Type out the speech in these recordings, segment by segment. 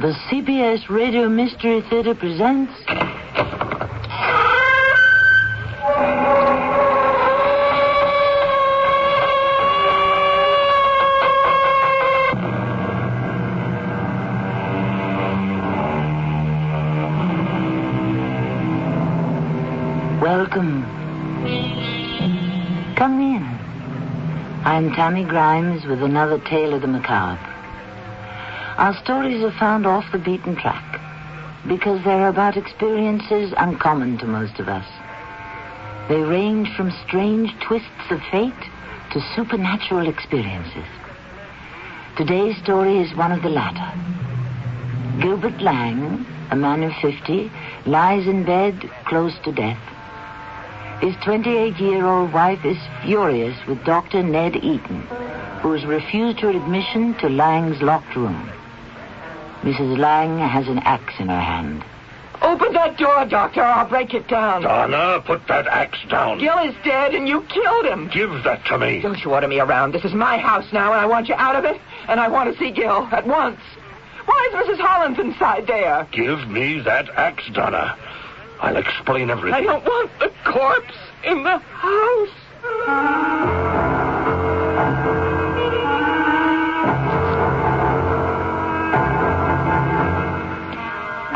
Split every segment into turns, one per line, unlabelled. The CBS Radio Mystery Theater presents. Welcome. Come in. I'm Tammy Grimes with another tale of the macabre. Our stories are found off the beaten track because they're about experiences uncommon to most of us. They range from strange twists of fate to supernatural experiences. Today's story is one of the latter. Gilbert Lang, a man of 50, lies in bed close to death. His 28 year old wife is furious with Dr. Ned Eaton, who has refused her admission to Lang's locked room. Mrs. Lang has an axe in her hand.
Open that door, Doctor. I'll break it down.
Donna, put that axe down.
Gil is dead, and you killed him.
Give that to me.
Don't you order me around. This is my house now, and I want you out of it, and I want to see Gil at once. Why is Mrs. Hollins inside there?
Give me that axe, Donna. I'll explain
I
everything.
don't want the corpse in the house.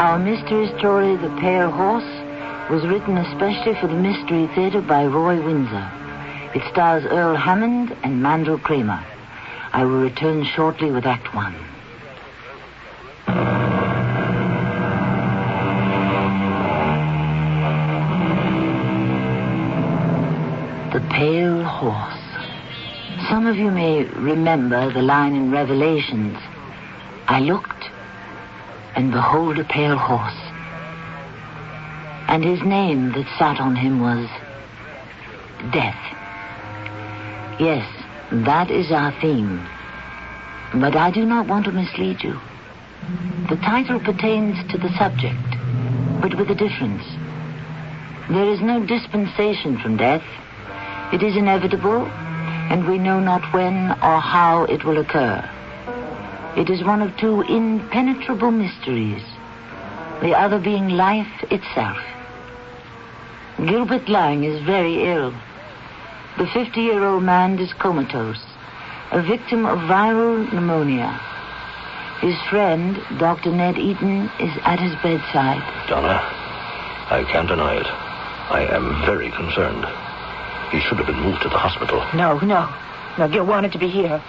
Our mystery story, The Pale Horse, was written especially for the Mystery Theater by Roy Windsor. It stars Earl Hammond and Mandel Kramer. I will return shortly with Act One. The Pale Horse. Some of you may remember the line in Revelations I looked, and behold a pale horse. And his name that sat on him was Death. Yes, that is our theme. But I do not want to mislead you. The title pertains to the subject, but with a difference. There is no dispensation from death. It is inevitable, and we know not when or how it will occur. It is one of two impenetrable mysteries, the other being life itself. Gilbert Lang is very ill. The 50 year old man is comatose, a victim of viral pneumonia. His friend, Dr. Ned Eaton, is at his bedside.
Donna, I can't deny it. I am very concerned. He should have been moved to the hospital.
No, no. No, Gil wanted to be here.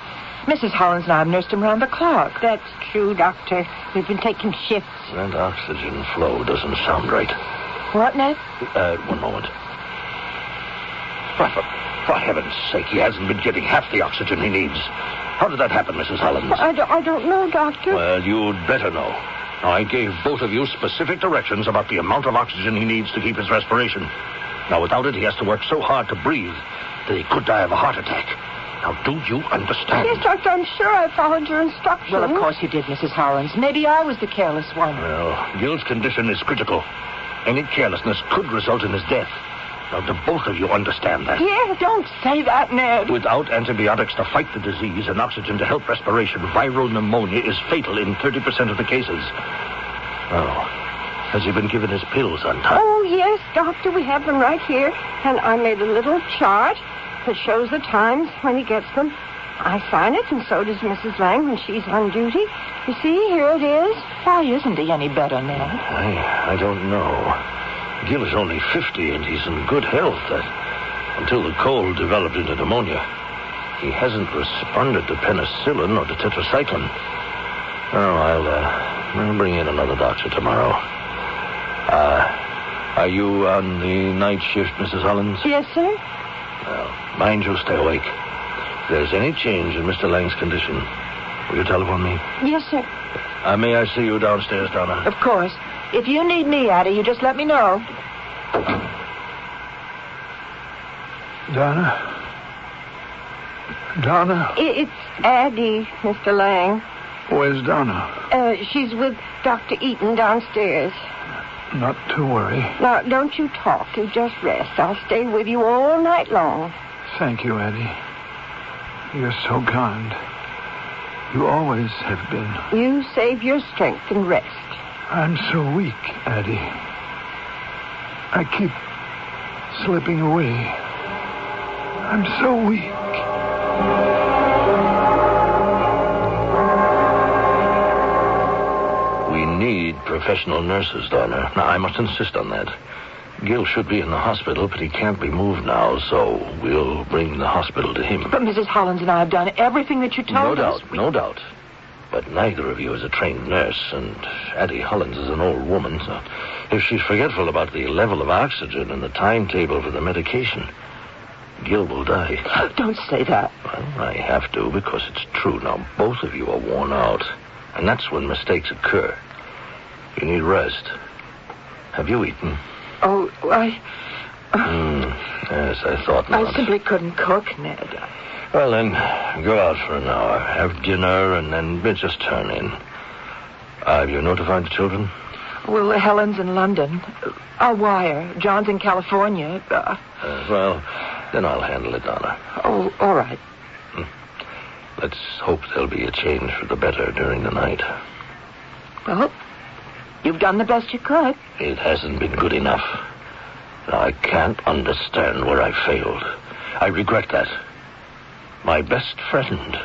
Mrs. Hollins and I have nursed him round the clock. That's true, Doctor. We've been taking shifts.
That oxygen flow doesn't sound right.
What, Ned?
Uh, one moment. For, for, for heaven's sake, he hasn't been getting half the oxygen he needs. How did that happen, Mrs. Hollins?
don't, I don't know, Doctor.
Well, you'd better know. Now, I gave both of you specific directions about the amount of oxygen he needs to keep his respiration. Now, without it, he has to work so hard to breathe that he could die of a heart attack. Now, do you understand?
Doctor, I'm sure I followed your instructions. Well, of course you did, Mrs. Hollins. Maybe I was the careless one.
Well, Gil's condition is critical. Any carelessness could result in his death. Now, do both of you understand that?
Yeah, don't say that, Ned.
Without antibiotics to fight the disease and oxygen to help respiration, viral pneumonia is fatal in 30% of the cases. Oh, has he been given his pills on time?
Oh, yes, Doctor, we have them right here. And I made a little chart that shows the times when he gets them. I sign it, and so does Mrs. Lang when she's on duty. You see, here it is.
Why isn't he any better, Ned?
I, I don't know. Gil is only 50 and he's in good health uh, until the cold developed into pneumonia. He hasn't responded to penicillin or to tetracycline. Oh, I'll, uh, I'll bring in another doctor tomorrow. Uh, are you on the night shift, Mrs. Hollins?
Yes, sir.
Well, mind you, stay awake. If there's any change in Mr. Lang's condition, will you telephone me?
Yes, sir.
Uh, may I see you downstairs, Donna?
Of course. If you need me, Ada, you just let me know.
Donna? Donna?
I- It's Addie, Mr. Lang.
Where's Donna?
Uh, she's with Dr. Eaton downstairs.
Not to worry.
Now, don't you talk. You just rest. I'll stay with you all night long.
Thank you, Addie. You're so kind.
You always have been.
You save your strength and rest.
I'm so weak, Addie. I keep slipping away. I'm so weak.
We need professional nurses, Donna. Now, I must insist on that. Gil should be in the hospital, but he can't be moved now, so we'll bring the hospital to him.
But Mrs. Hollins and I have done everything that you
No
told us.
doubt, no doubt. But neither of you is a trained nurse, and Addie Hollins is an old woman, so if she's forgetful about the level of oxygen and the timetable for the medication, Gil will die.
Don't say that.
Well, I have to because it's true. Now, both of you are worn out, and that's when mistakes occur. You need rest. Have you eaten? Hmm.
Oh, I,
Yes, I thought not.
I simply couldn't cook, Ned.
Well, then, go out for an hour, have dinner, and then we'll just turn in. Have you notified the children?
Well, Helen's in London. I'll wire. John's in California. Uh,
Uh, well, then I'll handle it, Donna.
oh, all right.
Let's hope there'll be a change for the better during the night.
Well, you've done the best you could.
It hasn't been good enough. I can't understand where I failed. I regret that. My best friend.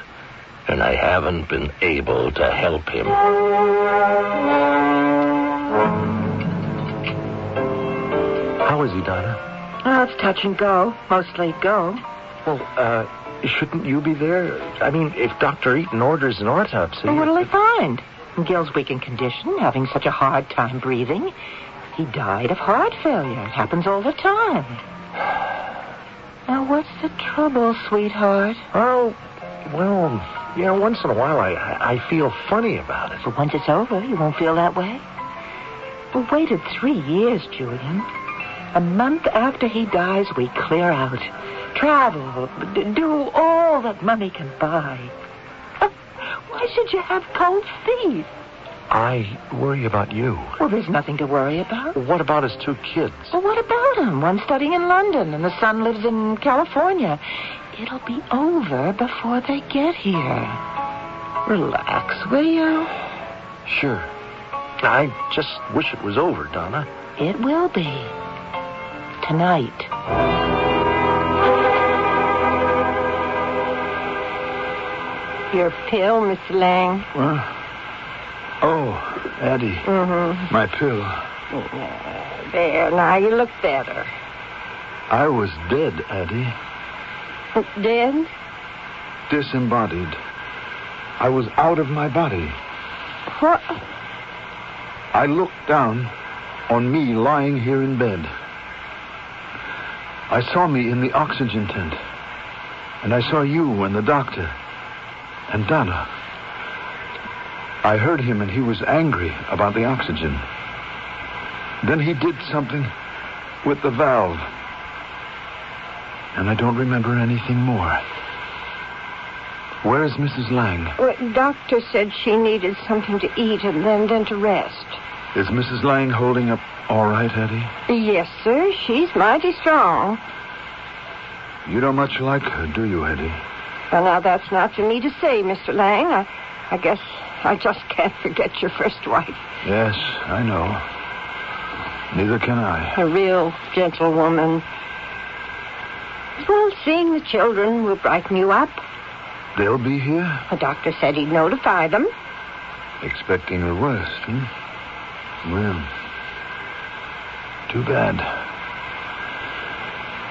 And I haven't been able to help him.
How is he, Donna?
Oh, it's touch and go. Mostly go.
Well, uh, shouldn't you be there? I mean, if Dr. Eaton orders an autopsy.
Oh,
Well, what'll he find? Gil's weak in condition, having such a hard time breathing. He died of heart failure. It happens all the time. Now, what's the trouble, sweetheart?
Oh, well, you know, once in a while I, I I feel funny about it.
But once it's over, you won't feel that way. We waited three years, Julian. A month after he dies, we clear out. Travel, d- do all that money can buy. Why should you have cold feet?
I worry about you.
Well, there's nothing to worry about.
What about his two kids?
Well, what about him? One's studying in London, and the son lives in California. It'll be over before they get here. Relax, will you?
Sure. I just wish it was over, Donna.
It will be. Tonight.
Your pill, Miss Lang.
Well, oh, Addie,
Mm-hmm.
my pill.
There, now you look better.
I was dead, Addie,
Dead?
disembodied. I was out of my body.
What?
I looked down on me lying here in bed. I saw me in the oxygen tent. And I saw you and the doctor. And Donna. I heard him and he was angry about the oxygen. Then he did something with the valve. And I don't remember anything more. Where is Mrs. Lang?
Well, doctor said she needed something to eat and then, then to rest.
Is Mrs. Lang holding up all right, Eddie?
Yes, sir. She's mighty strong.
You don't much like her, do you, Eddie?
Well, now that's not for me to say, Mr. Lang. I, I guess I just can't forget your first wife.
Yes, I know. Neither can I.
A real gentlewoman. Well, seeing the children will brighten you up.
They'll be here?
The doctor said he'd notify them.
Expecting the worst, hmm? Well, too bad.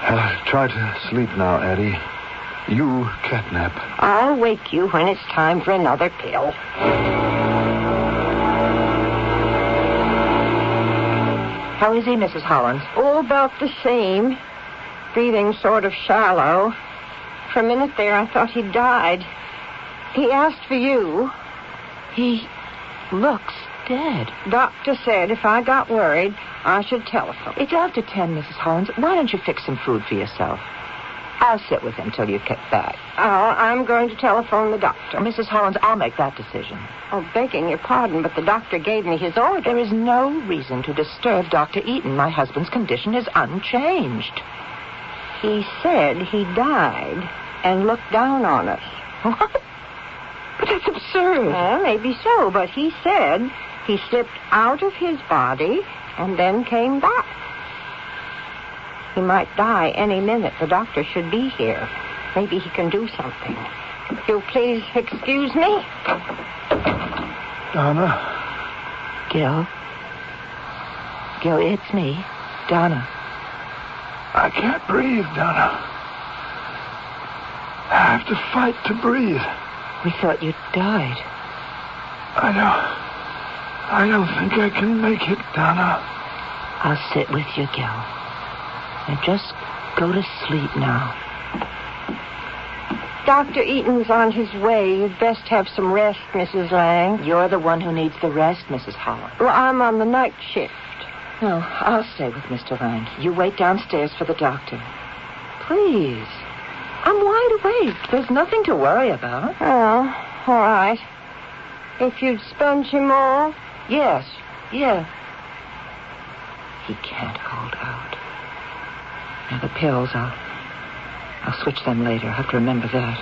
Uh, try to sleep now, Addie. You catnap.
I'll wake you when it's time for another pill.
How is he, Mrs. Hollins?
All about the same. Breathing sort of shallow. For a minute there, I thought he died. He asked for you.
He looks dead.
Doctor said if I got worried, I should telephone.
It's after ten, Mrs. Hollins. Why don't you fix some food for yourself? I'll sit with him till you get back.
Oh, I'm going to telephone the doctor.
Mrs. Hollins, I'll make that decision.
Oh, begging your pardon, but the doctor gave me his order.
There is no reason to disturb Dr. Eaton. My husband's condition is unchanged.
He said he died and looked down on us.
What? But that's absurd.
Well, maybe so, but he said he slipped out of his body and then came back. He might die any minute. The doctor should be here. Maybe he can do something. If you'll please excuse me.
Donna?
Gil. Gil, it's me, Donna.
I can't breathe, Donna. I have to fight to breathe.
We thought you died.
I don't. I don't think I can make it, Donna.
I'll sit with you, Gil. And just go to sleep now.
Dr. Eaton's on his way. You'd best have some rest, Mrs. Lang.
You're the one who needs the rest, Mrs. Holland.
Well, I'm on the night shift.
No, I'll stay with Mr. Lang. You wait downstairs for the doctor. Please. I'm wide awake. There's nothing to worry about.
Oh, all right. If you'd sponge him off.
Yes, yeah. He can't hold out. Now the pills, I'll I'll switch them later. I have to remember that.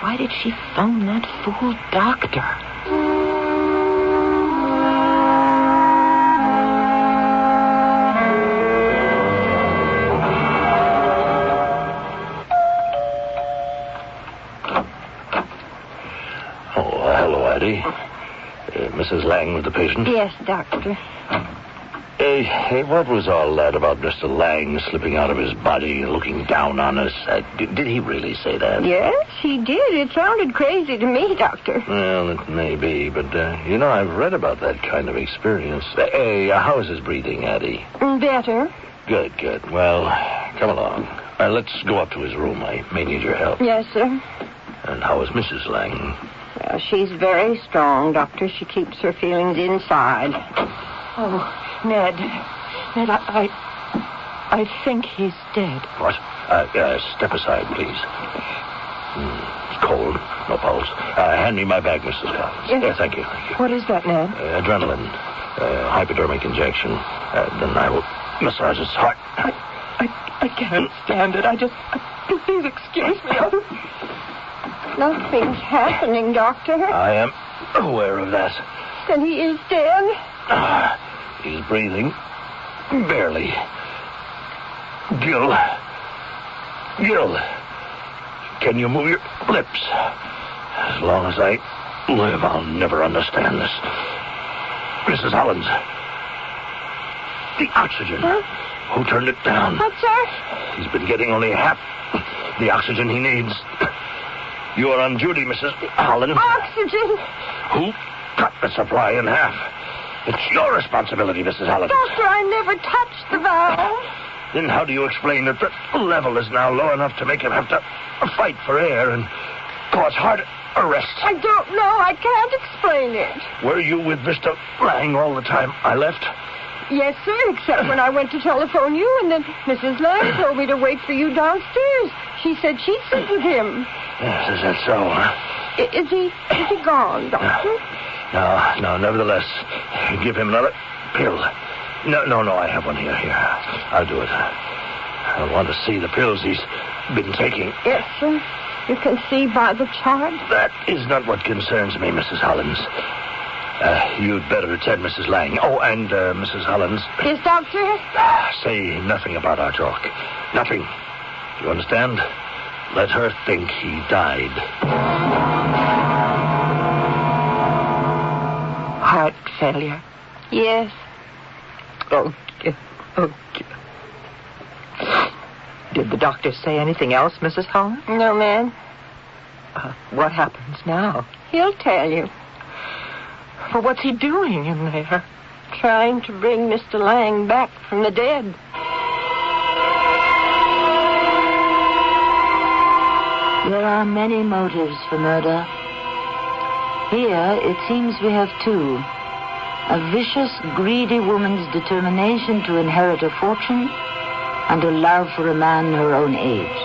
Why did she phone that fool doctor?
Oh, uh, hello, Addie. Uh, Mrs. Lang with the patient?
Yes, doctor.
Hey, hey, what was all that about Mr. Lang slipping out of his body and looking down on us? Uh, did, did he really say that?
Yes, he did. It sounded crazy to me, doctor.
Well, it may be, but, uh, you know, I've read about that kind of experience. Uh, Hey, uh, how is his breathing, Addie?
Better.
Good, good. Well, come along. Uh, let's go up to his room. I may need your help.
Yes, sir.
And how is Mrs. Lang?
Well, she's very strong, doctor. She keeps her feelings inside.
Oh, Ned. Ned, I I, I think he's dead.
What? Uh, uh, step aside, please. Hmm, it's cold. No pulse. Uh, hand me my bag, Mrs. Collins.
Yes.
Yeah, thank you. Thank you.
What is that, Ned?
Uh, adrenaline. Uh, hypodermic injection. Uh, then I will massage his heart.
I, I, I can't stand it. I just. Please excuse me.
Nothing's happening, doctor.
I am aware of that.
Then he is dead.
Ah, he's breathing. Barely. Gil. Gil. Can you move your lips? As long as I live, I'll never understand this. Mrs. Hollins. The oxygen. Who turned it down?
What, sir?
He's been getting only half the oxygen he needs. You are on duty, Mrs. Holland.
Oh, Oxygen.
Who cut the supply in half? It's your responsibility, Mrs. Holland.
Doctor, I never touched the valve.
Then how do you explain that the level is now low enough to make him have to fight for air and cause heart arrest?
I don't know. I can't explain it.
Were you with Mr. Lang all the time I left?
Yes, sir, except when I went to telephone you, and then Mrs. Lang told me to wait for you downstairs. She said she'd sit with him.
Yes, is that so, huh?
I- Is he, is he gone, doctor?
No, no, nevertheless, give him another pill. No, no, no, I have one here. Here. I'll do it. I want to see the pills he's been taking.
Yes, sir. You can see by the chart.
That is not what concerns me, Mrs. Hollins. Uh, you'd better attend Mrs. Lang. Oh, and uh, Mrs. Hollins,
Yes, doctor?
say nothing about our talk. Nothing. Do you understand? Let her think he died.
Heart failure.
Yes.
Oh, Gil. Oh, Gil. Did the doctor say anything else, Mrs. Holland?
No, ma'am.
Uh, what happens now?
He'll tell you.
Well, what's he doing in there?
Trying to bring Mr. Lang back from the dead.
There are many motives for murder. Here, it seems we have two. A vicious, greedy woman's determination to inherit a fortune and a love for a man her own age.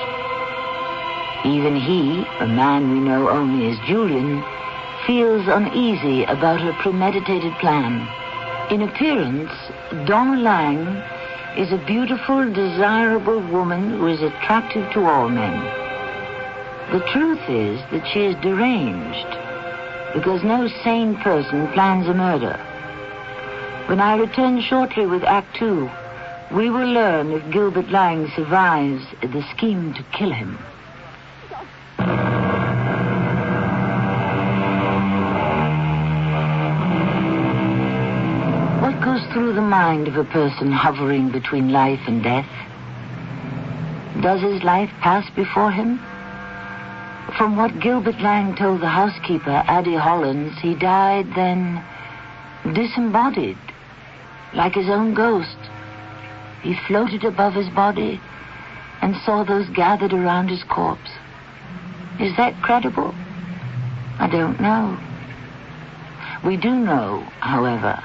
Even he, a man we know only as Julian, feels uneasy about her premeditated plan. In appearance, Donna Lang is a beautiful, desirable woman who is attractive to all men. The truth is that she is deranged because no sane person plans a murder. When I return shortly with Act Two, we will learn if Gilbert Lang survives the scheme to kill him. What goes through the mind of a person hovering between life and death? Does his life pass before him? From what Gilbert Lang told the housekeeper, Addie Hollins, he died then disembodied, like his own ghost. He floated above his body and saw those gathered around his corpse. Is that credible? I don't know. We do know, however,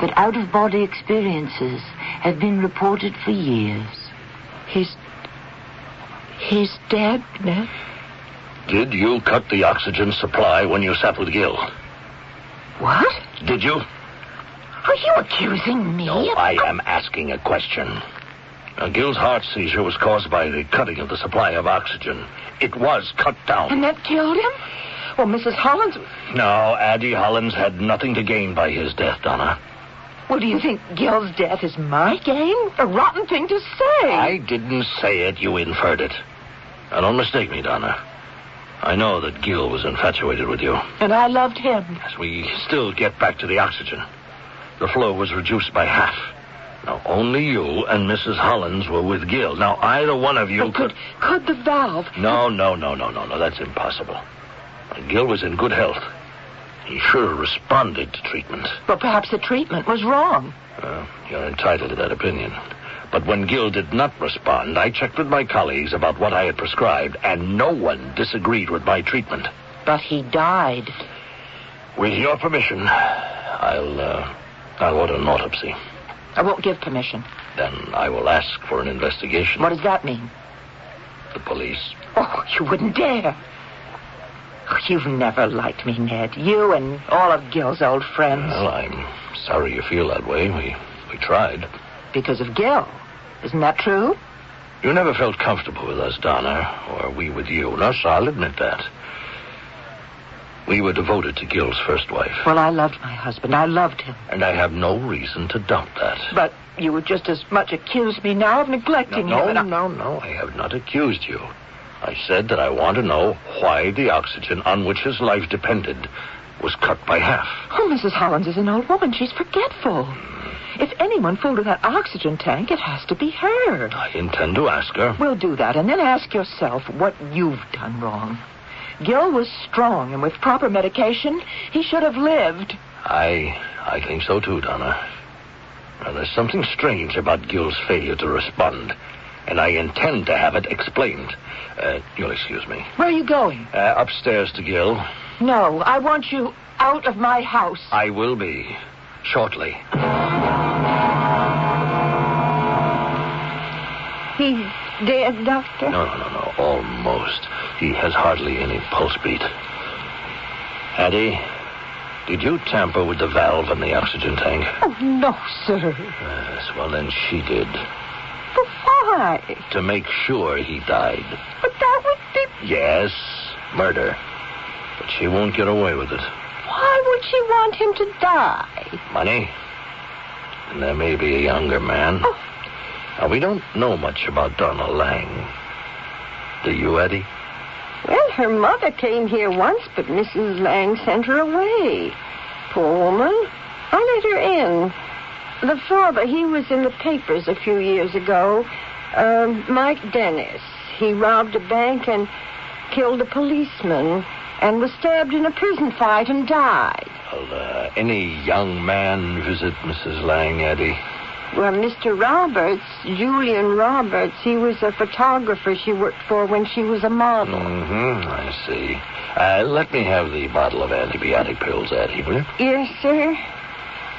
that out of body experiences have been reported for years.
He's. He's dead, Ned?
Did you cut the oxygen supply when you settled Gill?
What?
Did you?
Are you accusing me?
No,
of-
I am asking a question. Now, Gill's heart seizure was caused by the cutting of the supply of oxygen. It was cut down.
And that killed him? Well, Mrs. Hollins,
Now, Addie Hollins had nothing to gain by his death, Donna.
well, do you think Gil's death is my gain? A rotten thing to say.
I didn't say it, you inferred it. Now, don't mistake me, Donna. I know that Gill was infatuated with you.
And I loved him.
As we still get back to the oxygen, the flow was reduced by half. Now, only you and Mrs. Hollins were with Gill. Now, either one of you
But could, could the valve?
No, no, no, no, no, no. That's impossible. Gill was in good health. He sure responded to treatment.
Well, perhaps the treatment was wrong.
Uh, you're entitled to that opinion. But when Gill did not respond, I checked with my colleagues about what I had prescribed, and no one disagreed with my treatment.
But he died.
With your permission, I'll, uh, I'll order an autopsy.
I won't give permission.
Then I will ask for an investigation.
What does that mean?
The police.
Oh, you wouldn't dare. Oh, you've never liked me, Ned. You and all of Gil's old friends.
Well, uh, I'm sorry you feel that way. We, we tried.
Because of Gil. Isn't that true?
You never felt comfortable with us, Donna, or we with you. No, sir, I'll admit that. We were devoted to Gil's first wife,
Well, I loved my husband. I loved him.
and I have no reason to doubt that.
But you would just as much accuse me now of neglecting
no,
him. and I-
no, no, I have not accused you. I said that I want to know why the oxygen on which his life depended was cut by half.
Oh, Mrs. Hollins is an old woman. She's forgetful. If anyone flew to that oxygen tank, it has to be her.
I intend to ask her.
We'll do that, and then ask yourself what you've done wrong. Gil was strong, and with proper medication, he should have lived.
I I think so too, Donna. Now, there's something strange about Gill's failure to respond, and I intend to have it explained. Uh, you'll excuse me.
Where are you going?
Uh, upstairs to Gill.
No, I want you out of my house.
I will be shortly.
He's dead, Doctor.
No, no, no, no. Almost. He has hardly any pulse beat. Addie, did you tamper with the valve in the oxygen tank?
Oh, no, sir.
Yes, well, then she did.
But why?
To make sure he died.
But that would be.
Yes, murder. But she won't get away with it.
Why would she want him to die?
Money? And there may be a younger man.
Oh.
Now, we don't know much about Donna Lang. Do you, Eddie?
Well, her mother came here once, but Mrs. Lang sent her away. Poor woman. I let her in. The father, he was in the papers a few years ago. Um, Mike Dennis. He robbed a bank and killed a policeman and was stabbed in a prison fight and died.
Well, uh, any young man visit Mrs. Lang, Eddie?
Well, Mr. Roberts, Julian Roberts, he was a photographer she worked for when she was a model.
Mm-hmm, I see. Uh, let me have the bottle of antibiotic pills, Eddie, will you?
Yes, sir.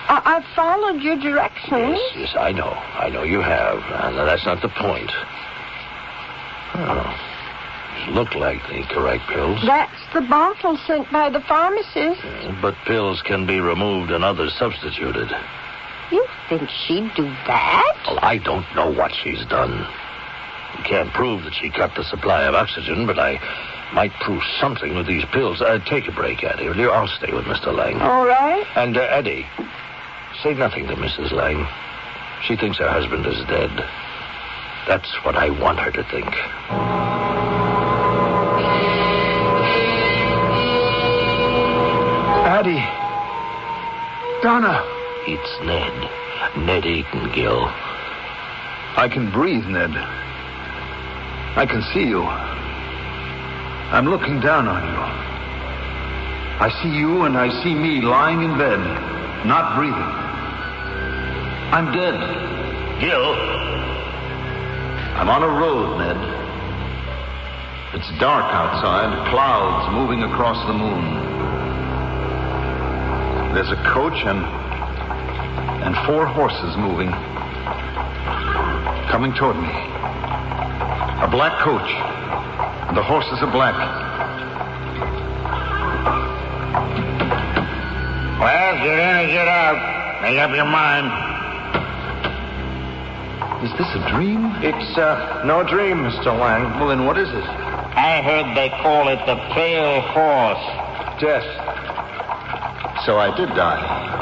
I, I followed your directions.
Yes, yes, I know. I know you have. Uh, now, that's not the point. Oh, look like the correct pills.
That's the bottle sent by the pharmacist.
Uh, But pills can be removed and others substituted.
You think she'd do that?
Well, I don't know what she's done.
We can't prove that she cut the supply of oxygen, but I might prove something with these pills. Uh, take a break, Eddie. will you? I'll stay with Mr. Lang.
Oh,
All right.
And, uh, Eddie, say nothing to Mrs. Lang. She thinks her husband is dead. That's what I want her to think.
Addie. Donna.
It's Ned. Ned Eaton, Gil.
I can breathe, Ned. I can see you. I'm looking down on you. I see you and I see me lying in bed, not breathing. I'm dead.
Gil?
I'm on a road, Ned. It's dark outside, clouds moving across the moon. There's a coach and and four horses moving coming toward me. A black coach. And the horses are black.
Well, get in or get out. Make up your mind.
Is this a dream?
It's uh, no dream, Mr. Lang.
Well, then what is it?
I heard they call it the Pale Horse.
Death. So I did die.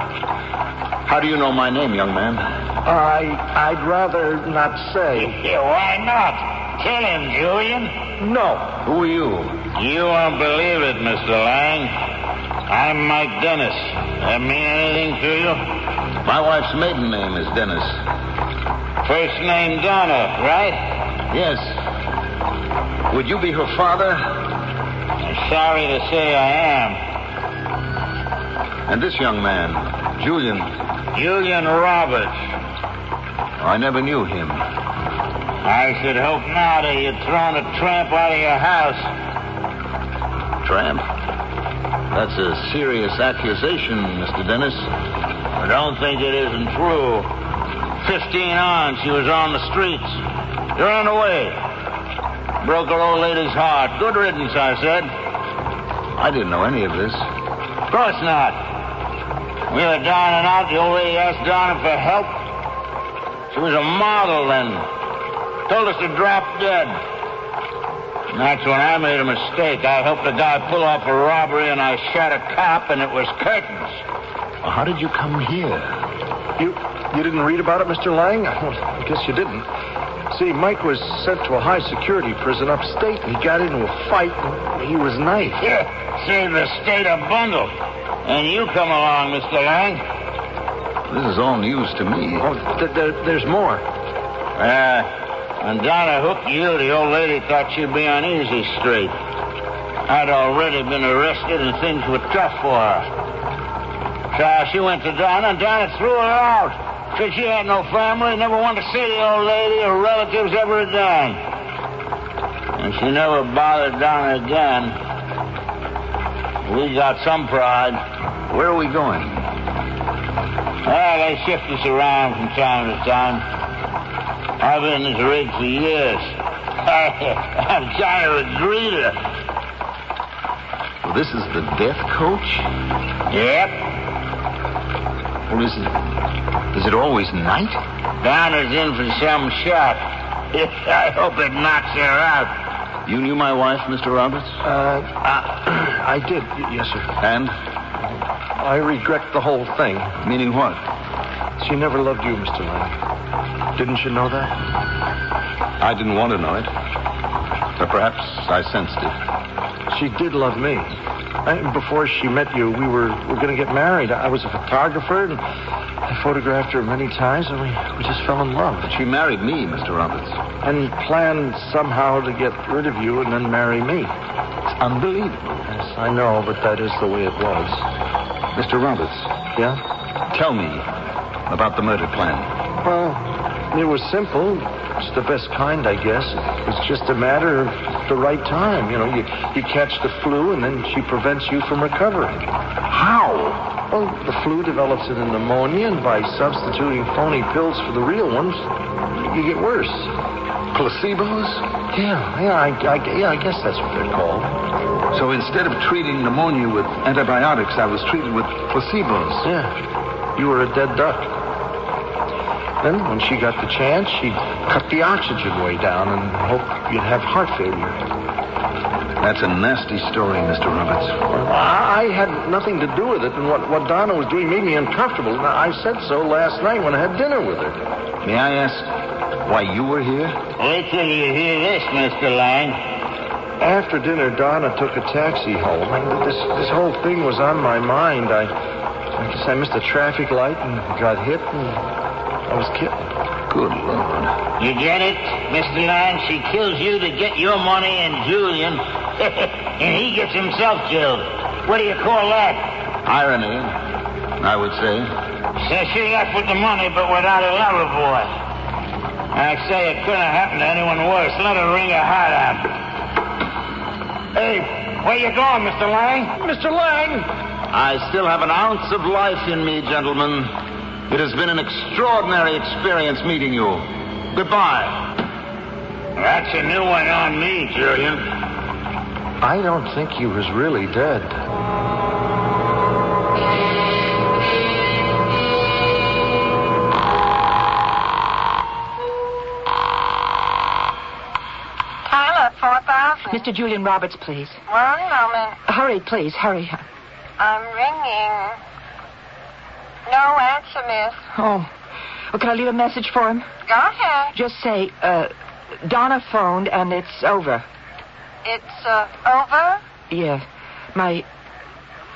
How do you know my name, young man?
I, I'd rather not say.
Yeah, why not? Kill him, Julian.
No.
Who are you?
You won't believe it, Mr. Lang. I'm Mike Dennis. That mean anything to you?
My wife's maiden name is Dennis.
First name Donna, right?
Yes. Would you be her father?
I'm sorry to say I
And this young man, Julian,
am. Julian Roberts.
I never knew him.
I should hope not, or you'd thrown a tramp out of your house.
Tramp? That's a serious accusation, Mr. Dennis.
I don't think it isn't true. Fifteen on, she was on the streets. You ran away. Broke her old lady's heart. Good riddance, I said.
I didn't know any of this.
Of course not. We were down and out. The old lady asked Donna for help. She was a model then. Told us to drop dead. And that's when I made a mistake. I helped a guy pull off a robbery and I shot a cop and it was curtains.
Well, how did you come here?
You, you didn't read about it, Mr. Lang? Well, I guess you didn't. See, Mike was sent to a high security prison upstate, and he got into a fight, and he was knifed.
Yeah, save the state a bundle. And you come along, Mr. Lang.
This is all news to me.
Oh, th- there, there's more.
Uh, when Donna hooked you, the old lady thought you'd be on easy street. I'd already been arrested and things were tough for her. So she went to Donna, and Donna threw her out. Said she had no family, never wanted to see the old lady or relatives ever again. And she never bothered Donna again. We got some pride.
Where are we going?
Well, they shift us around from time to time. I've been in this rig for years. I'm kind of a greeter.
Well, this is the death coach?
Yep.
Well, is it, is it always night?
Donna's in for some shot. I hope it knocks her out.
You knew my wife, Mr. Roberts?
Uh, I, I did, y- yes, sir.
And?
I regret the whole thing.
Meaning what?
She never loved you, Mr. Lang. Didn't you know that?
I didn't want to know it. But perhaps I sensed it.
She did love me. I, before she met you, we were, were going to get married. I was a photographer, and I photographed her many times, and we, we just fell in love.
She married me, Mr. Roberts.
And planned somehow to get rid of you and then marry me. Yes,
It's unbelievable.
I know, but that is the way it was.
Mr. Roberts,
Yeah?
tell me about the murder plan.
Well, it was simple. It's the best kind, I guess. It's just a matter of the right time. You know, you, you catch the flu, and then she prevents you from recovering. How? Well, the flu develops into pneumonia, and by substituting phony pills for the real ones, you get worse.
Placebos?
Yeah, yeah, I, I- yeah, I guess that's what they're called.
So instead of treating pneumonia with antibiotics, I was treated with placebos.
Yeah, you were a dead duck. Then, when she got the chance, she cut the oxygen way down and hoped you'd have heart failure.
That's a nasty story, Mr. Roberts.
Well, I I had nothing to do with it, and what, what Donna was doing made me uncomfortable. And I said so last night when I had dinner with her.
May I ask why you were here?
Wait till you hear this, Mr. Lang.
After dinner, Donna took a taxi home, and this, this whole thing was on my mind. I, I guess I missed a traffic light and got hit, and I was killed.
Good Lord.
You get it, Mr. Lang? She kills you to get your money and Julian, and he gets himself killed. What do you call that?
Irony, I would say.
Says she left with the money, but without a lover boy. I say it couldn't have happened to anyone worse. Let her wring her heart out. Hey, where you going, Mr. Lang?
Mr. Lang!
I still have an ounce of life in me, gentlemen. It has been an extraordinary experience meeting you. Goodbye.
That's a new one on me, Julian.
I don't think he was really dead.
Tyler, 4000.
Mr. Julian Roberts, please.
One moment.
Hurry, please, hurry.
I'm ringing. No answer, miss.
Oh. Well, can I leave a message for him?
Go ahead.
Just say, uh, Donna phoned and it's over.
It's uh, over?
Yeah. My.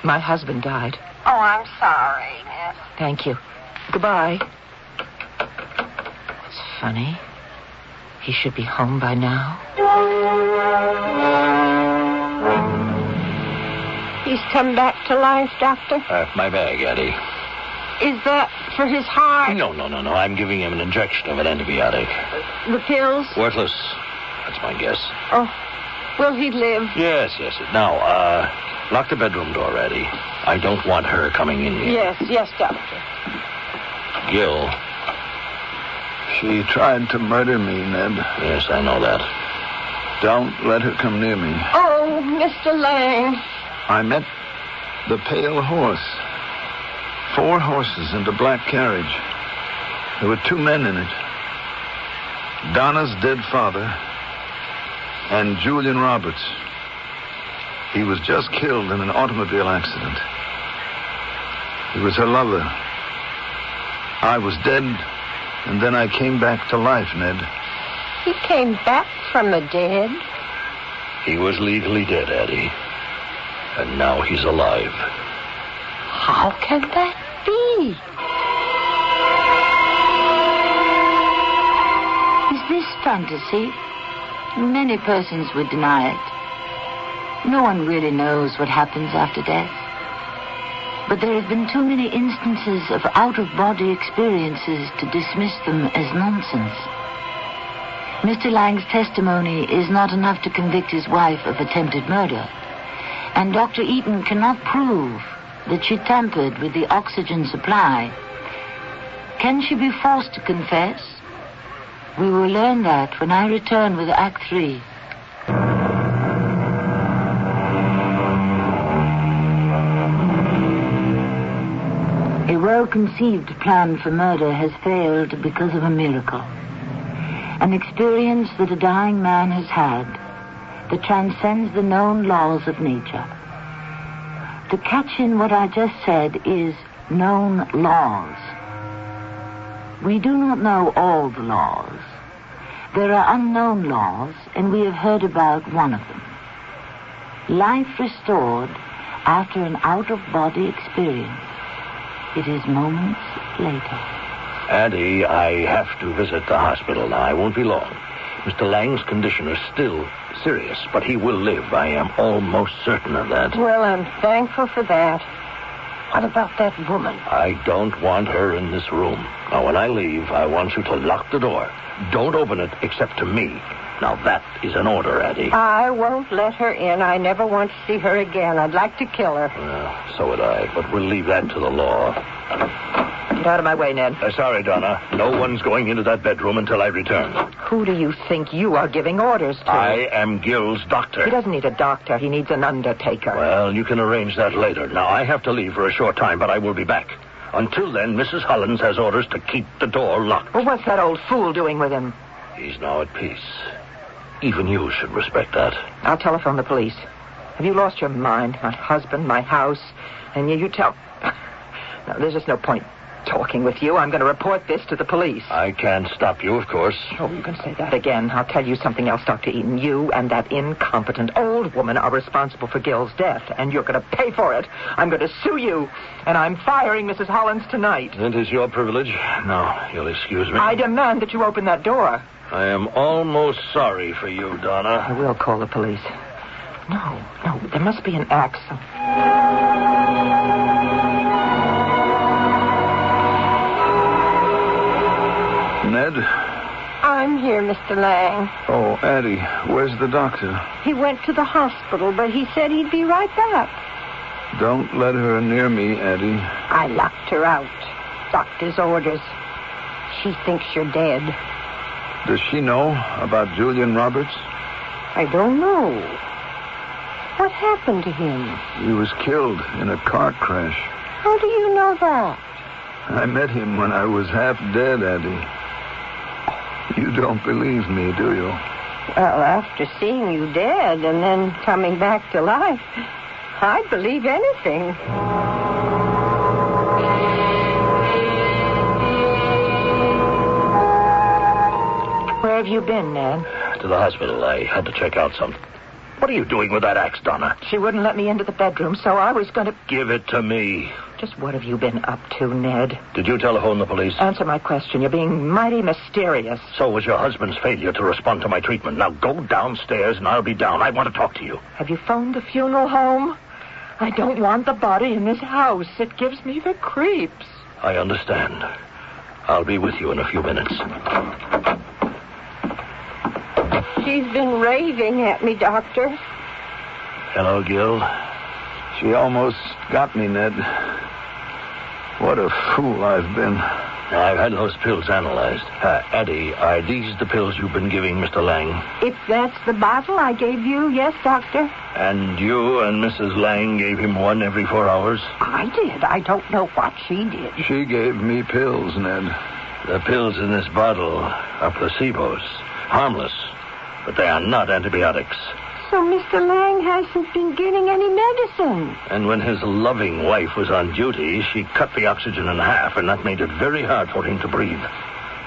My husband died.
Oh, I'm sorry, miss.
Thank you. Goodbye. It's funny. He should be home by now.
He's come back to life, Doctor.
Uh, my bag, Eddie.
Is that for his heart?
No, no, no, no. I'm giving him an injection of an antibiotic.
The pills?
Worthless. That's my guess.
Oh, will he live?
Yes, yes. Now, uh, lock the bedroom door, Eddie. I don't want her coming in here.
Yes, yes, Doctor.
Gil.
She tried to murder me, Ned.
Yes, I know that.
Don't let her come near me.
Oh, Mr. Lang.
I met the pale horse. Four horses and a black carriage. There were two men in it Donna's dead father and Julian Roberts. He was just killed in an automobile accident. It was her lover. I was dead, and then I came back to life, Ned.
He came back from the dead.
He was legally dead, Eddie. And now he's alive.
How can that be?
Is this fantasy? Many persons would deny it. No one really knows what happens after death. But there have been too many instances of out of body experiences to dismiss them as nonsense. Mr. Lang's testimony is not enough to convict his wife of attempted murder. And Dr. Eaton cannot prove that she tampered with the oxygen supply. Can she be forced to confess? We will learn that when I return with Act Three. A well conceived plan for murder has failed because of a miracle. An experience that a dying man has had that transcends the known laws of nature. The catch in what I just said is known laws. We do not know all the laws. There are unknown laws, and we have heard about one of them. Life restored after an out of body experience. It is moments later.
Eddie, I have to visit the hospital now. I won't be long. Mr. Lang's condition is still serious, but he will live. I am almost certain of that.
Well, I'm thankful for that. What about that woman?
I don't want her in this room. Now, when I leave, I want you to lock the door. Don't open it except to me. Now, that is an order, Eddie.
Uh,
I won't let her in. I never want to see her again. I'd like to kill her.
Uh, so would I, but we'll leave that to the law.
Get out of my way, Ned.
Uh, sorry, Donna. No one's going into that bedroom until I return.
Who do you think you are giving orders to?
I am Gill's
He
doctor.
doesn't need a doctor. He needs an undertaker.
Well, you can arrange that later. Now, I have to leave for a short time, but I will be back. Until then, Mrs. Hollins has orders to keep the door locked.
Well, what's that old fool doing with him?
He's now at peace. Even you should respect that.
I'll telephone the police. Have you lost your mind? My husband, my house, and you, you tell. No, there's just no point talking with you. I'm going to report this to the police.
I can't stop you, of course.
Oh, you can say that again. I'll tell you something else, Dr. Eaton. You and that incompetent old woman are responsible for Gill's death, and you're going to pay for it. I'm going to sue you, and I'm firing Mrs. Hollins tonight.
It is your privilege. Now, you'll excuse me.
I demand that you open that door.
I am almost sorry for you,
I
Donna.
will call the police. No, no, there must be an axe. some-
Ned?
I'm here, Mr. Lang.
Oh, Addie, where's the doctor?
He went to the hospital, but he said he'd be right back.
Don't let her near me, Addie.
I locked her out. Doctor's orders. She thinks you're dead.
Does she know about Julian Roberts?
I don't know. What happened to him?
He was killed in a car crash.
How do you know that?
I met him when I was half dead, Addie. You don't believe me, do you?
Well, after seeing you dead and then coming back to life, I'd believe anything.
Where have you been, Ned?
To the hospital. I had to check out some. What are you doing with that axe, Donna?
She wouldn't let me into the bedroom, so I was going to.
Give it to me.
Just what have you been up to, Ned?
Did you telephone the police?
Answer my question. You're being mighty mysterious.
so was your husband's failure to respond to my treatment. Now go downstairs and I'll be down. I want to talk to you.
Have you phoned the funeral home? I don't want the body in this house. It gives me the creeps.
I understand. I'll be with you in a few minutes.
She's been raving at me, Doctor.
Hello, Gil.
She almost got me, Ned. What a fool I've been.
Now, I've had those pills analyzed. Uh, Addie, are these the pills you've been giving Mr. Lang?
If that's the bottle I gave you, yes, Doctor.
And you and Mrs. Lang gave him one every four hours?
I did. I don't know what she did.
She gave me pills, Ned.
The pills in this bottle are placebos, harmless, but they are not antibiotics.
So Mr. Lang hasn't been getting any medicine.
And when his loving wife was on duty, she cut the oxygen in half, and that made it very hard for him to breathe.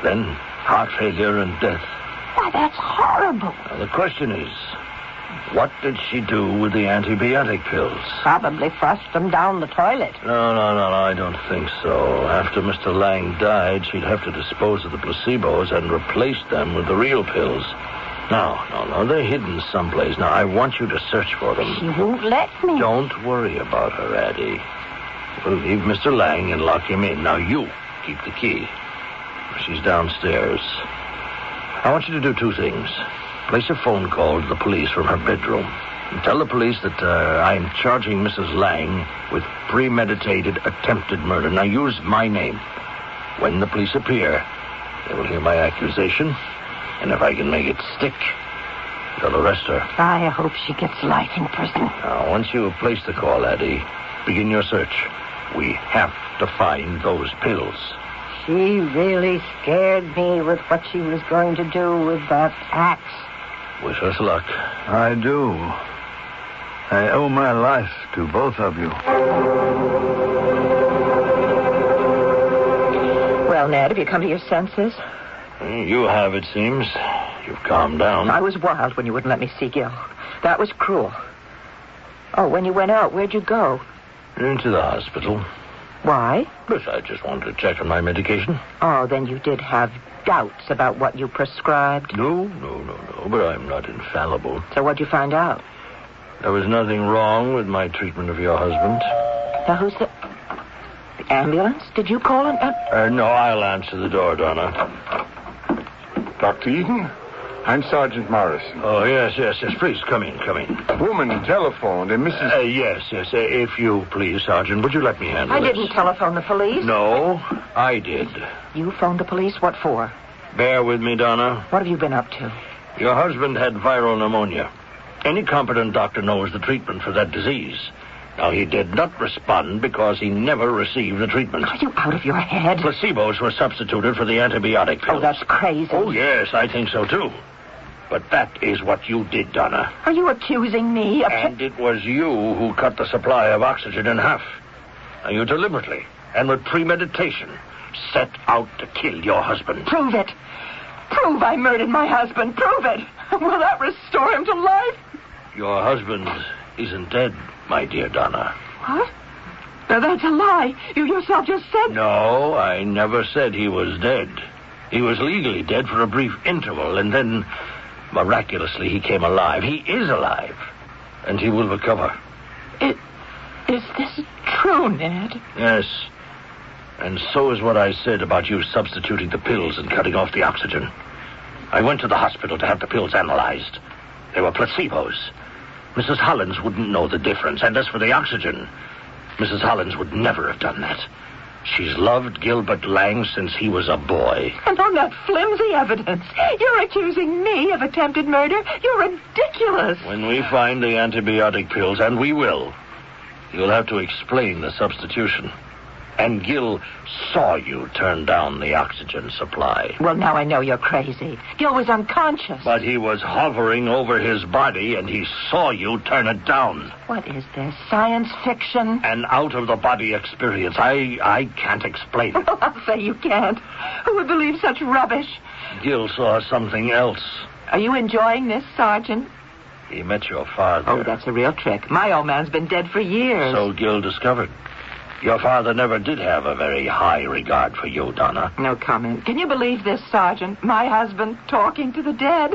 Then, heart failure and death.
Why, that's horrible.
Now, the question is, what did she do with the antibiotic pills?
Probably thrust them down the toilet.
No, no, no, no, I don't think so. After Mr. Lang died, she'd have to dispose of the placebos and replace them with the real pills. No, no, no, they're hidden someplace. Now, I want you to search for
She
them.
won't let me.
Don't worry about her, Addie. We'll leave Mr. Lang and lock him in. Now, you keep the key. She's downstairs. I want you to do two things. Place a phone call to the police from her bedroom. And tell the police that uh, I'm charging Mrs. Lang with premeditated attempted murder. Now use my name. When the police appear, they will hear my accusation. And if I can make it stick, they'll arrest her.
I hope she gets life in prison.
Now, once you have placed the call, Addie, begin your search. We have to find those pills.
She really scared me with what she was going to do with that axe.
Wish us luck.
I do. I owe my life to both of you.
Well, Ned, have you come to your senses?
Hmm, You have, it seems. You've calmed down.
I was wild when you wouldn't let me see Gil. That was cruel. Oh, when you went out, where'd you go?
Into the hospital.
Why?
Plus, I just wanted to check on my medication.
Oh, then you did have doubts about what you prescribed.
No, no, no, no, but I'm not infallible.
So what'd you find out?
There was nothing wrong with my treatment of your husband.
Now, who's the... The ambulance? Did you call an... am-
Uh, no, I'll answer the door, Donna.
Dr. Eden? I'm Sergeant Morrison.
Oh, yes, yes, yes. Please, come in, come in.
Woman telephoned, and Mrs.
Uh, yes, yes. Uh, if you please, Sergeant, would you let me handle
I
this?
didn't telephone the police.
No, I did.
You phoned the police? What for?
Bear with me, Donna.
What have you been up to?
Your husband had viral pneumonia. Any competent doctor knows the treatment for that disease. Now, he did not respond because he never received the treatment.
Are you out of your head?
Placebos were substituted for the antibiotic pills.
Oh, that's crazy.
Oh, yes, I think so, too. But that is what you did, Donna.
Are you accusing me of...
And it was you who cut the supply of oxygen in half. Now, you deliberately and with premeditation set out to kill your husband.
Prove it. Prove I murdered my husband. Prove it. Will that restore him to life?
Your husband isn't dead, my dear Donna.
What? Now, that's a lie. You yourself just said...
No, I never said he was dead. He was legally dead for a brief interval, and then miraculously he came alive. He is alive, and he will recover.
It, is this true, Ned?
Yes. And so is what I said about you substituting the pills and cutting off the oxygen. I went to the hospital to have the pills analyzed. They were placebos. Mrs. Hollins wouldn't know the difference. And as for the oxygen, Mrs. Hollins would never have done that. She's loved Gilbert Lang since he was a boy.
And on that flimsy evidence, you're accusing me of attempted murder? You're ridiculous.
When we find the antibiotic pills, and we will, you'll have to explain the substitution. And Gil saw you turn down the oxygen supply.
Well, now I know you're crazy. Gil was unconscious.
But he was hovering over his body, and he saw you turn it down.
What is this, science fiction?
An out of the body experience. I, I can't explain it.
Well, I'll say you can't. Who would believe such rubbish?
Gil saw something else.
Are you enjoying this, Sergeant?
He met your father.
Oh, that's a real trick. My old man's been dead for years.
So Gil discovered. Your father never did have a very high regard for you, Donna.
No comment. Can you believe this, Sergeant? My husband talking to the dead?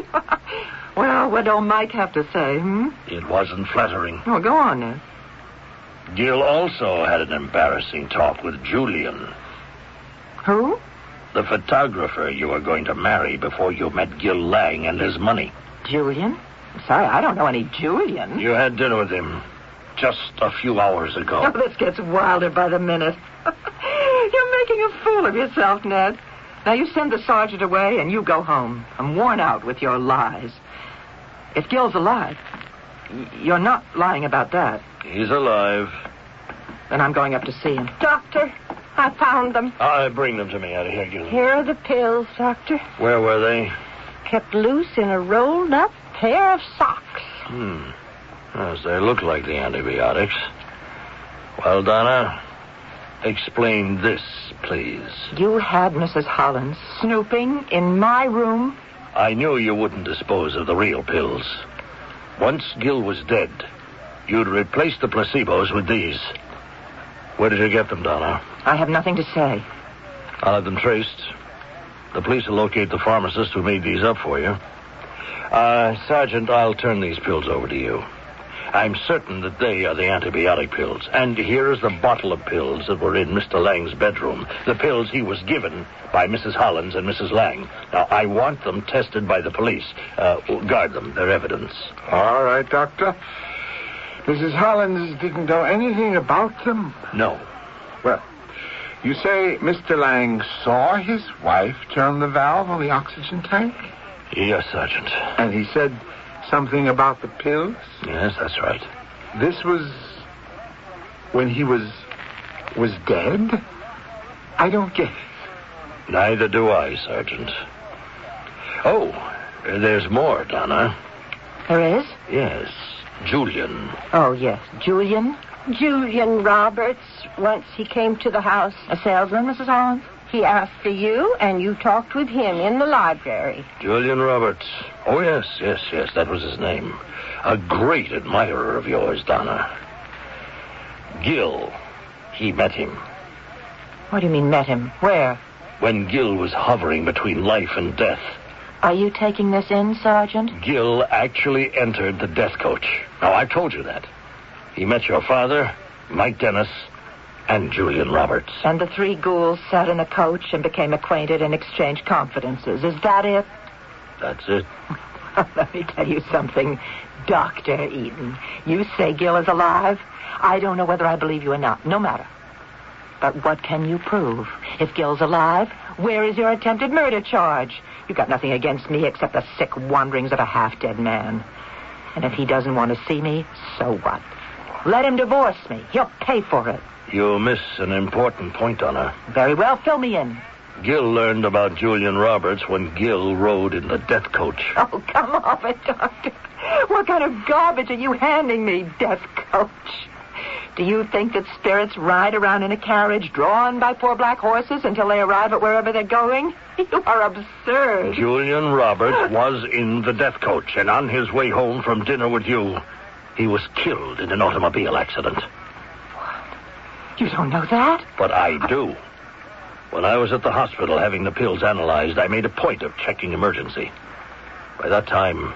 well, what old Mike have to say, hmm?
It wasn't flattering.
Oh, go on now.
Gil also had an embarrassing talk with Julian,
Who?
the photographer you were going to marry before you met Gil Lang and his money.
Julian? Sorry, I don't know any Julian.
You had dinner with him just a few hours
Oh,
ago.
this gets wilder by the minute. You're making a fool of yourself, Ned. Now you send the sergeant away and you go home. I'm worn out with your lies. If Gil's alive, y- you're not lying about that.
He's alive.
Then I'm going up to see him.
Doctor, I found them.
I bring them to me out of here, Gil.
Here are the pills, Doctor.
Where were they?
Kept loose in a rolled up pair of socks.
Hmm. Yes, they look like the antibiotics. Well, Donna, explain this, please.
You had Mrs. Hollins snooping in my room.
I knew you wouldn't dispose of the real pills. Once Gil was dead, you'd replace the placebos with these. Where did you get them, Donna?
I have nothing to say.
I'll have them traced. The police will locate the pharmacist who made these up for you. Uh, Sergeant, I'll turn these pills over to you. I'm certain that they are the antibiotic pills. And here is the bottle of pills that were in Mr. Lang's bedroom. The pills he was given by Mrs. Hollins and Mrs. Lang. Now, I want them tested by the police. Uh, guard them. They're evidence.
All right, Doctor. Mrs. Hollins didn't know anything about them.
No.
Well, you say Mr. Lang saw his wife turn the valve on the oxygen tank?
Yes, Sergeant.
And he said something about the pills?
Yes, that's right.
This was when he was was dead? I don't get it.
Neither do I, Sergeant. Oh, uh, there's more, Donna.
There is?
Yes, Julian.
Oh, yes. Julian?
Julian Roberts, once he came to the house,
A salesman, Mrs. Hollins?
he asked for you, and you talked with him in the library.
Julian Roberts. Oh, yes, yes, yes, that was his name. A great admirer of yours, Donna. Gill. He met him
What do you mean, met him? Where?
when Gill was hovering between life and death.
Are you taking this in, Sergeant?
Gill actually entered the death coach. Now, I told you that. He met your father, Mike Dennis, and Julian Roberts.
And the three ghouls sat in a coach and became acquainted and exchanged confidences. Is that it?
That's it.
Let me tell you something, Dr. Eaton. You say Gil is alive. I don't know whether I believe you or not. No matter. But what can you prove? If Gil's alive, where is your attempted murder charge? You've got nothing against me except the sick wanderings of a half dead man. And if he doesn't want to see me, so what? Let him divorce me. He'll pay for it.
You miss an important point, Donna.
Very well, fill me in.
Gil learned about Julian Roberts when Gil rode in the death coach.
Oh, come off it, Doctor. What kind of garbage are you handing me, death coach? Do you think that spirits ride around in a carriage drawn by four black horses until they arrive at wherever they're going? You are absurd.
Julian Roberts was in the death coach, and on his way home from dinner with you, he was killed in an automobile accident.
You don't know that?
But I do. When I was at the hospital having the pills analyzed, I made a point of checking emergency. By that time,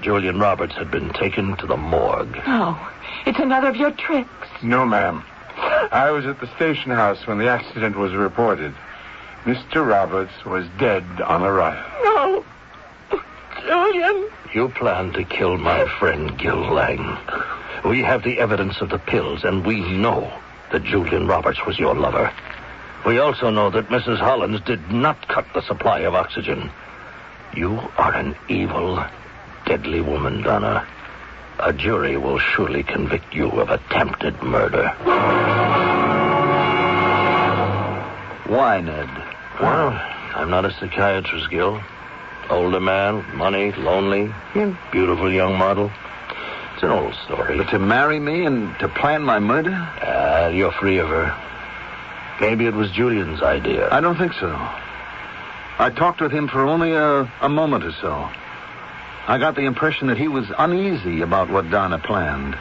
Julian Roberts had been taken to the morgue.
No. It's another of your tricks.
No, ma'am. I was at the station house when the accident was reported. Mr. Roberts was dead on arrival.
No. Julian.
You planned to kill my friend Gil Lang. We have the evidence of the pills, and we know that Julian Roberts was your lover. We also know that Mrs. Hollins did not cut the supply of oxygen. You are an evil, deadly woman, Donna. A jury will surely convict you of attempted murder. Why, Ned? Well, I'm not a psychiatrist, Gil. Older man, money, lonely, beautiful young model. It's an old story.
But to marry me and to plan my murder?
Ah, you're free of her. Maybe it was Julian's idea.
I don't think so. I talked with him for only a, a moment or so. I got the impression that he was uneasy about what Donna planned.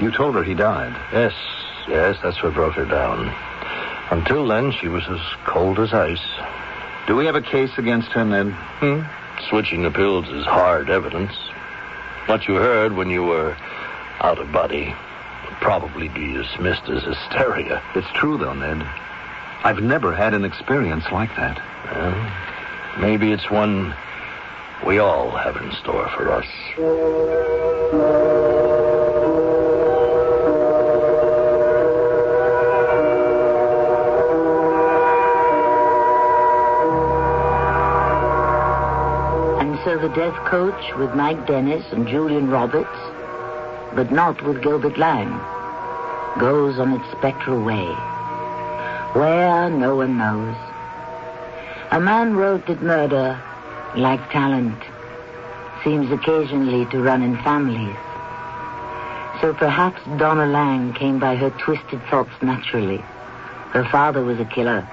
You told her he died.
Yes, yes, that's what broke her down. Until then, she was as cold as ice.
Do we have a case against her, Ned?
Hmm? Switching the pills is hard evidence. What you heard when you were out of body would probably be dismissed as hysteria.
It's true, though, Ned. I've never had an experience like that.
Well, maybe it's one we all have in store for us.
And so the death coach with Mike Dennis and Julian Roberts, but not with Gilbert Lang, goes on its spectral way. Where, no one knows. A man wrote that murder, like talent, seems occasionally to run in families. So perhaps Donna Lang came by her twisted thoughts naturally. Her father was a killer.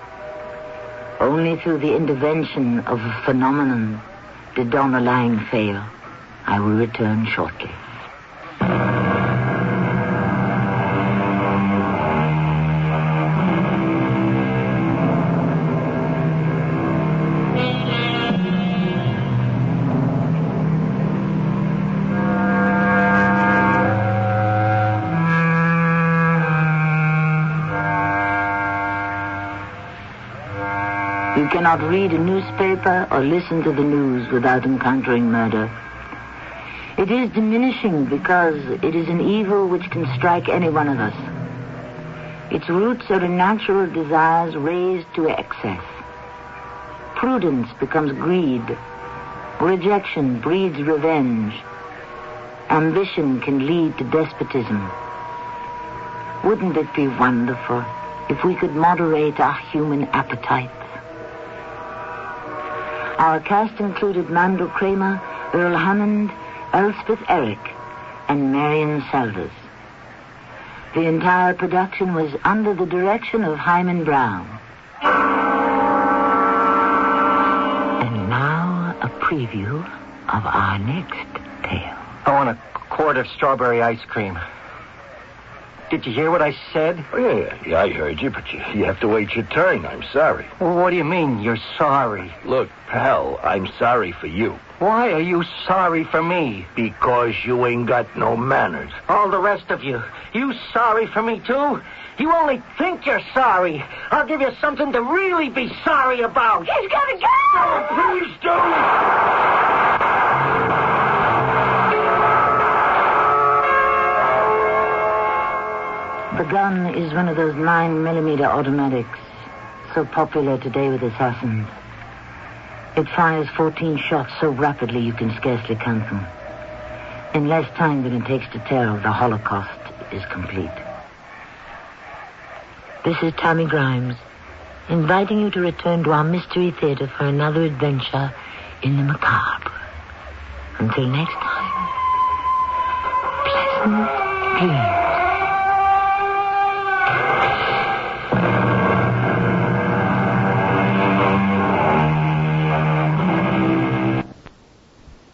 Only through the intervention of a phenomenon did Donna Lang fail. I will return shortly. You cannot read a newspaper or listen to the news without encountering murder. It is diminishing because it is an evil which can strike any one of us. Its roots are in natural desires raised to excess. Prudence becomes greed. Rejection breeds revenge. Ambition can lead to despotism. Wouldn't it be wonderful if we could moderate our human appetites? Our cast included Mando Kramer, Earl Hammond, Elspeth Eric, and Marion Seldes. The entire production was under the direction of Hyman Brown. And now a preview of our next tale.
I want a quart of strawberry ice cream. Did you hear what I said?
Oh, yeah, yeah, yeah, I heard you, but you, you have to wait your turn. I'm sorry.
Well, what do you mean you're sorry?
Look, pal, I'm sorry for you.
Why are you sorry for me?
Because you ain't got no manners.
All the rest of you. You sorry for me, too? You only think you're sorry. I'll give you something to really be sorry about. He's gonna go!
Please don't!
The gun is one of those 9mm automatics so popular today with assassins. It fires 14 shots so rapidly you can scarcely count them. In less time than it takes to tell the Holocaust. is complete. This is Tommy Grimes, inviting you to return to our Mystery Theater for another adventure in the macabre. Until next time, pleasant dreams.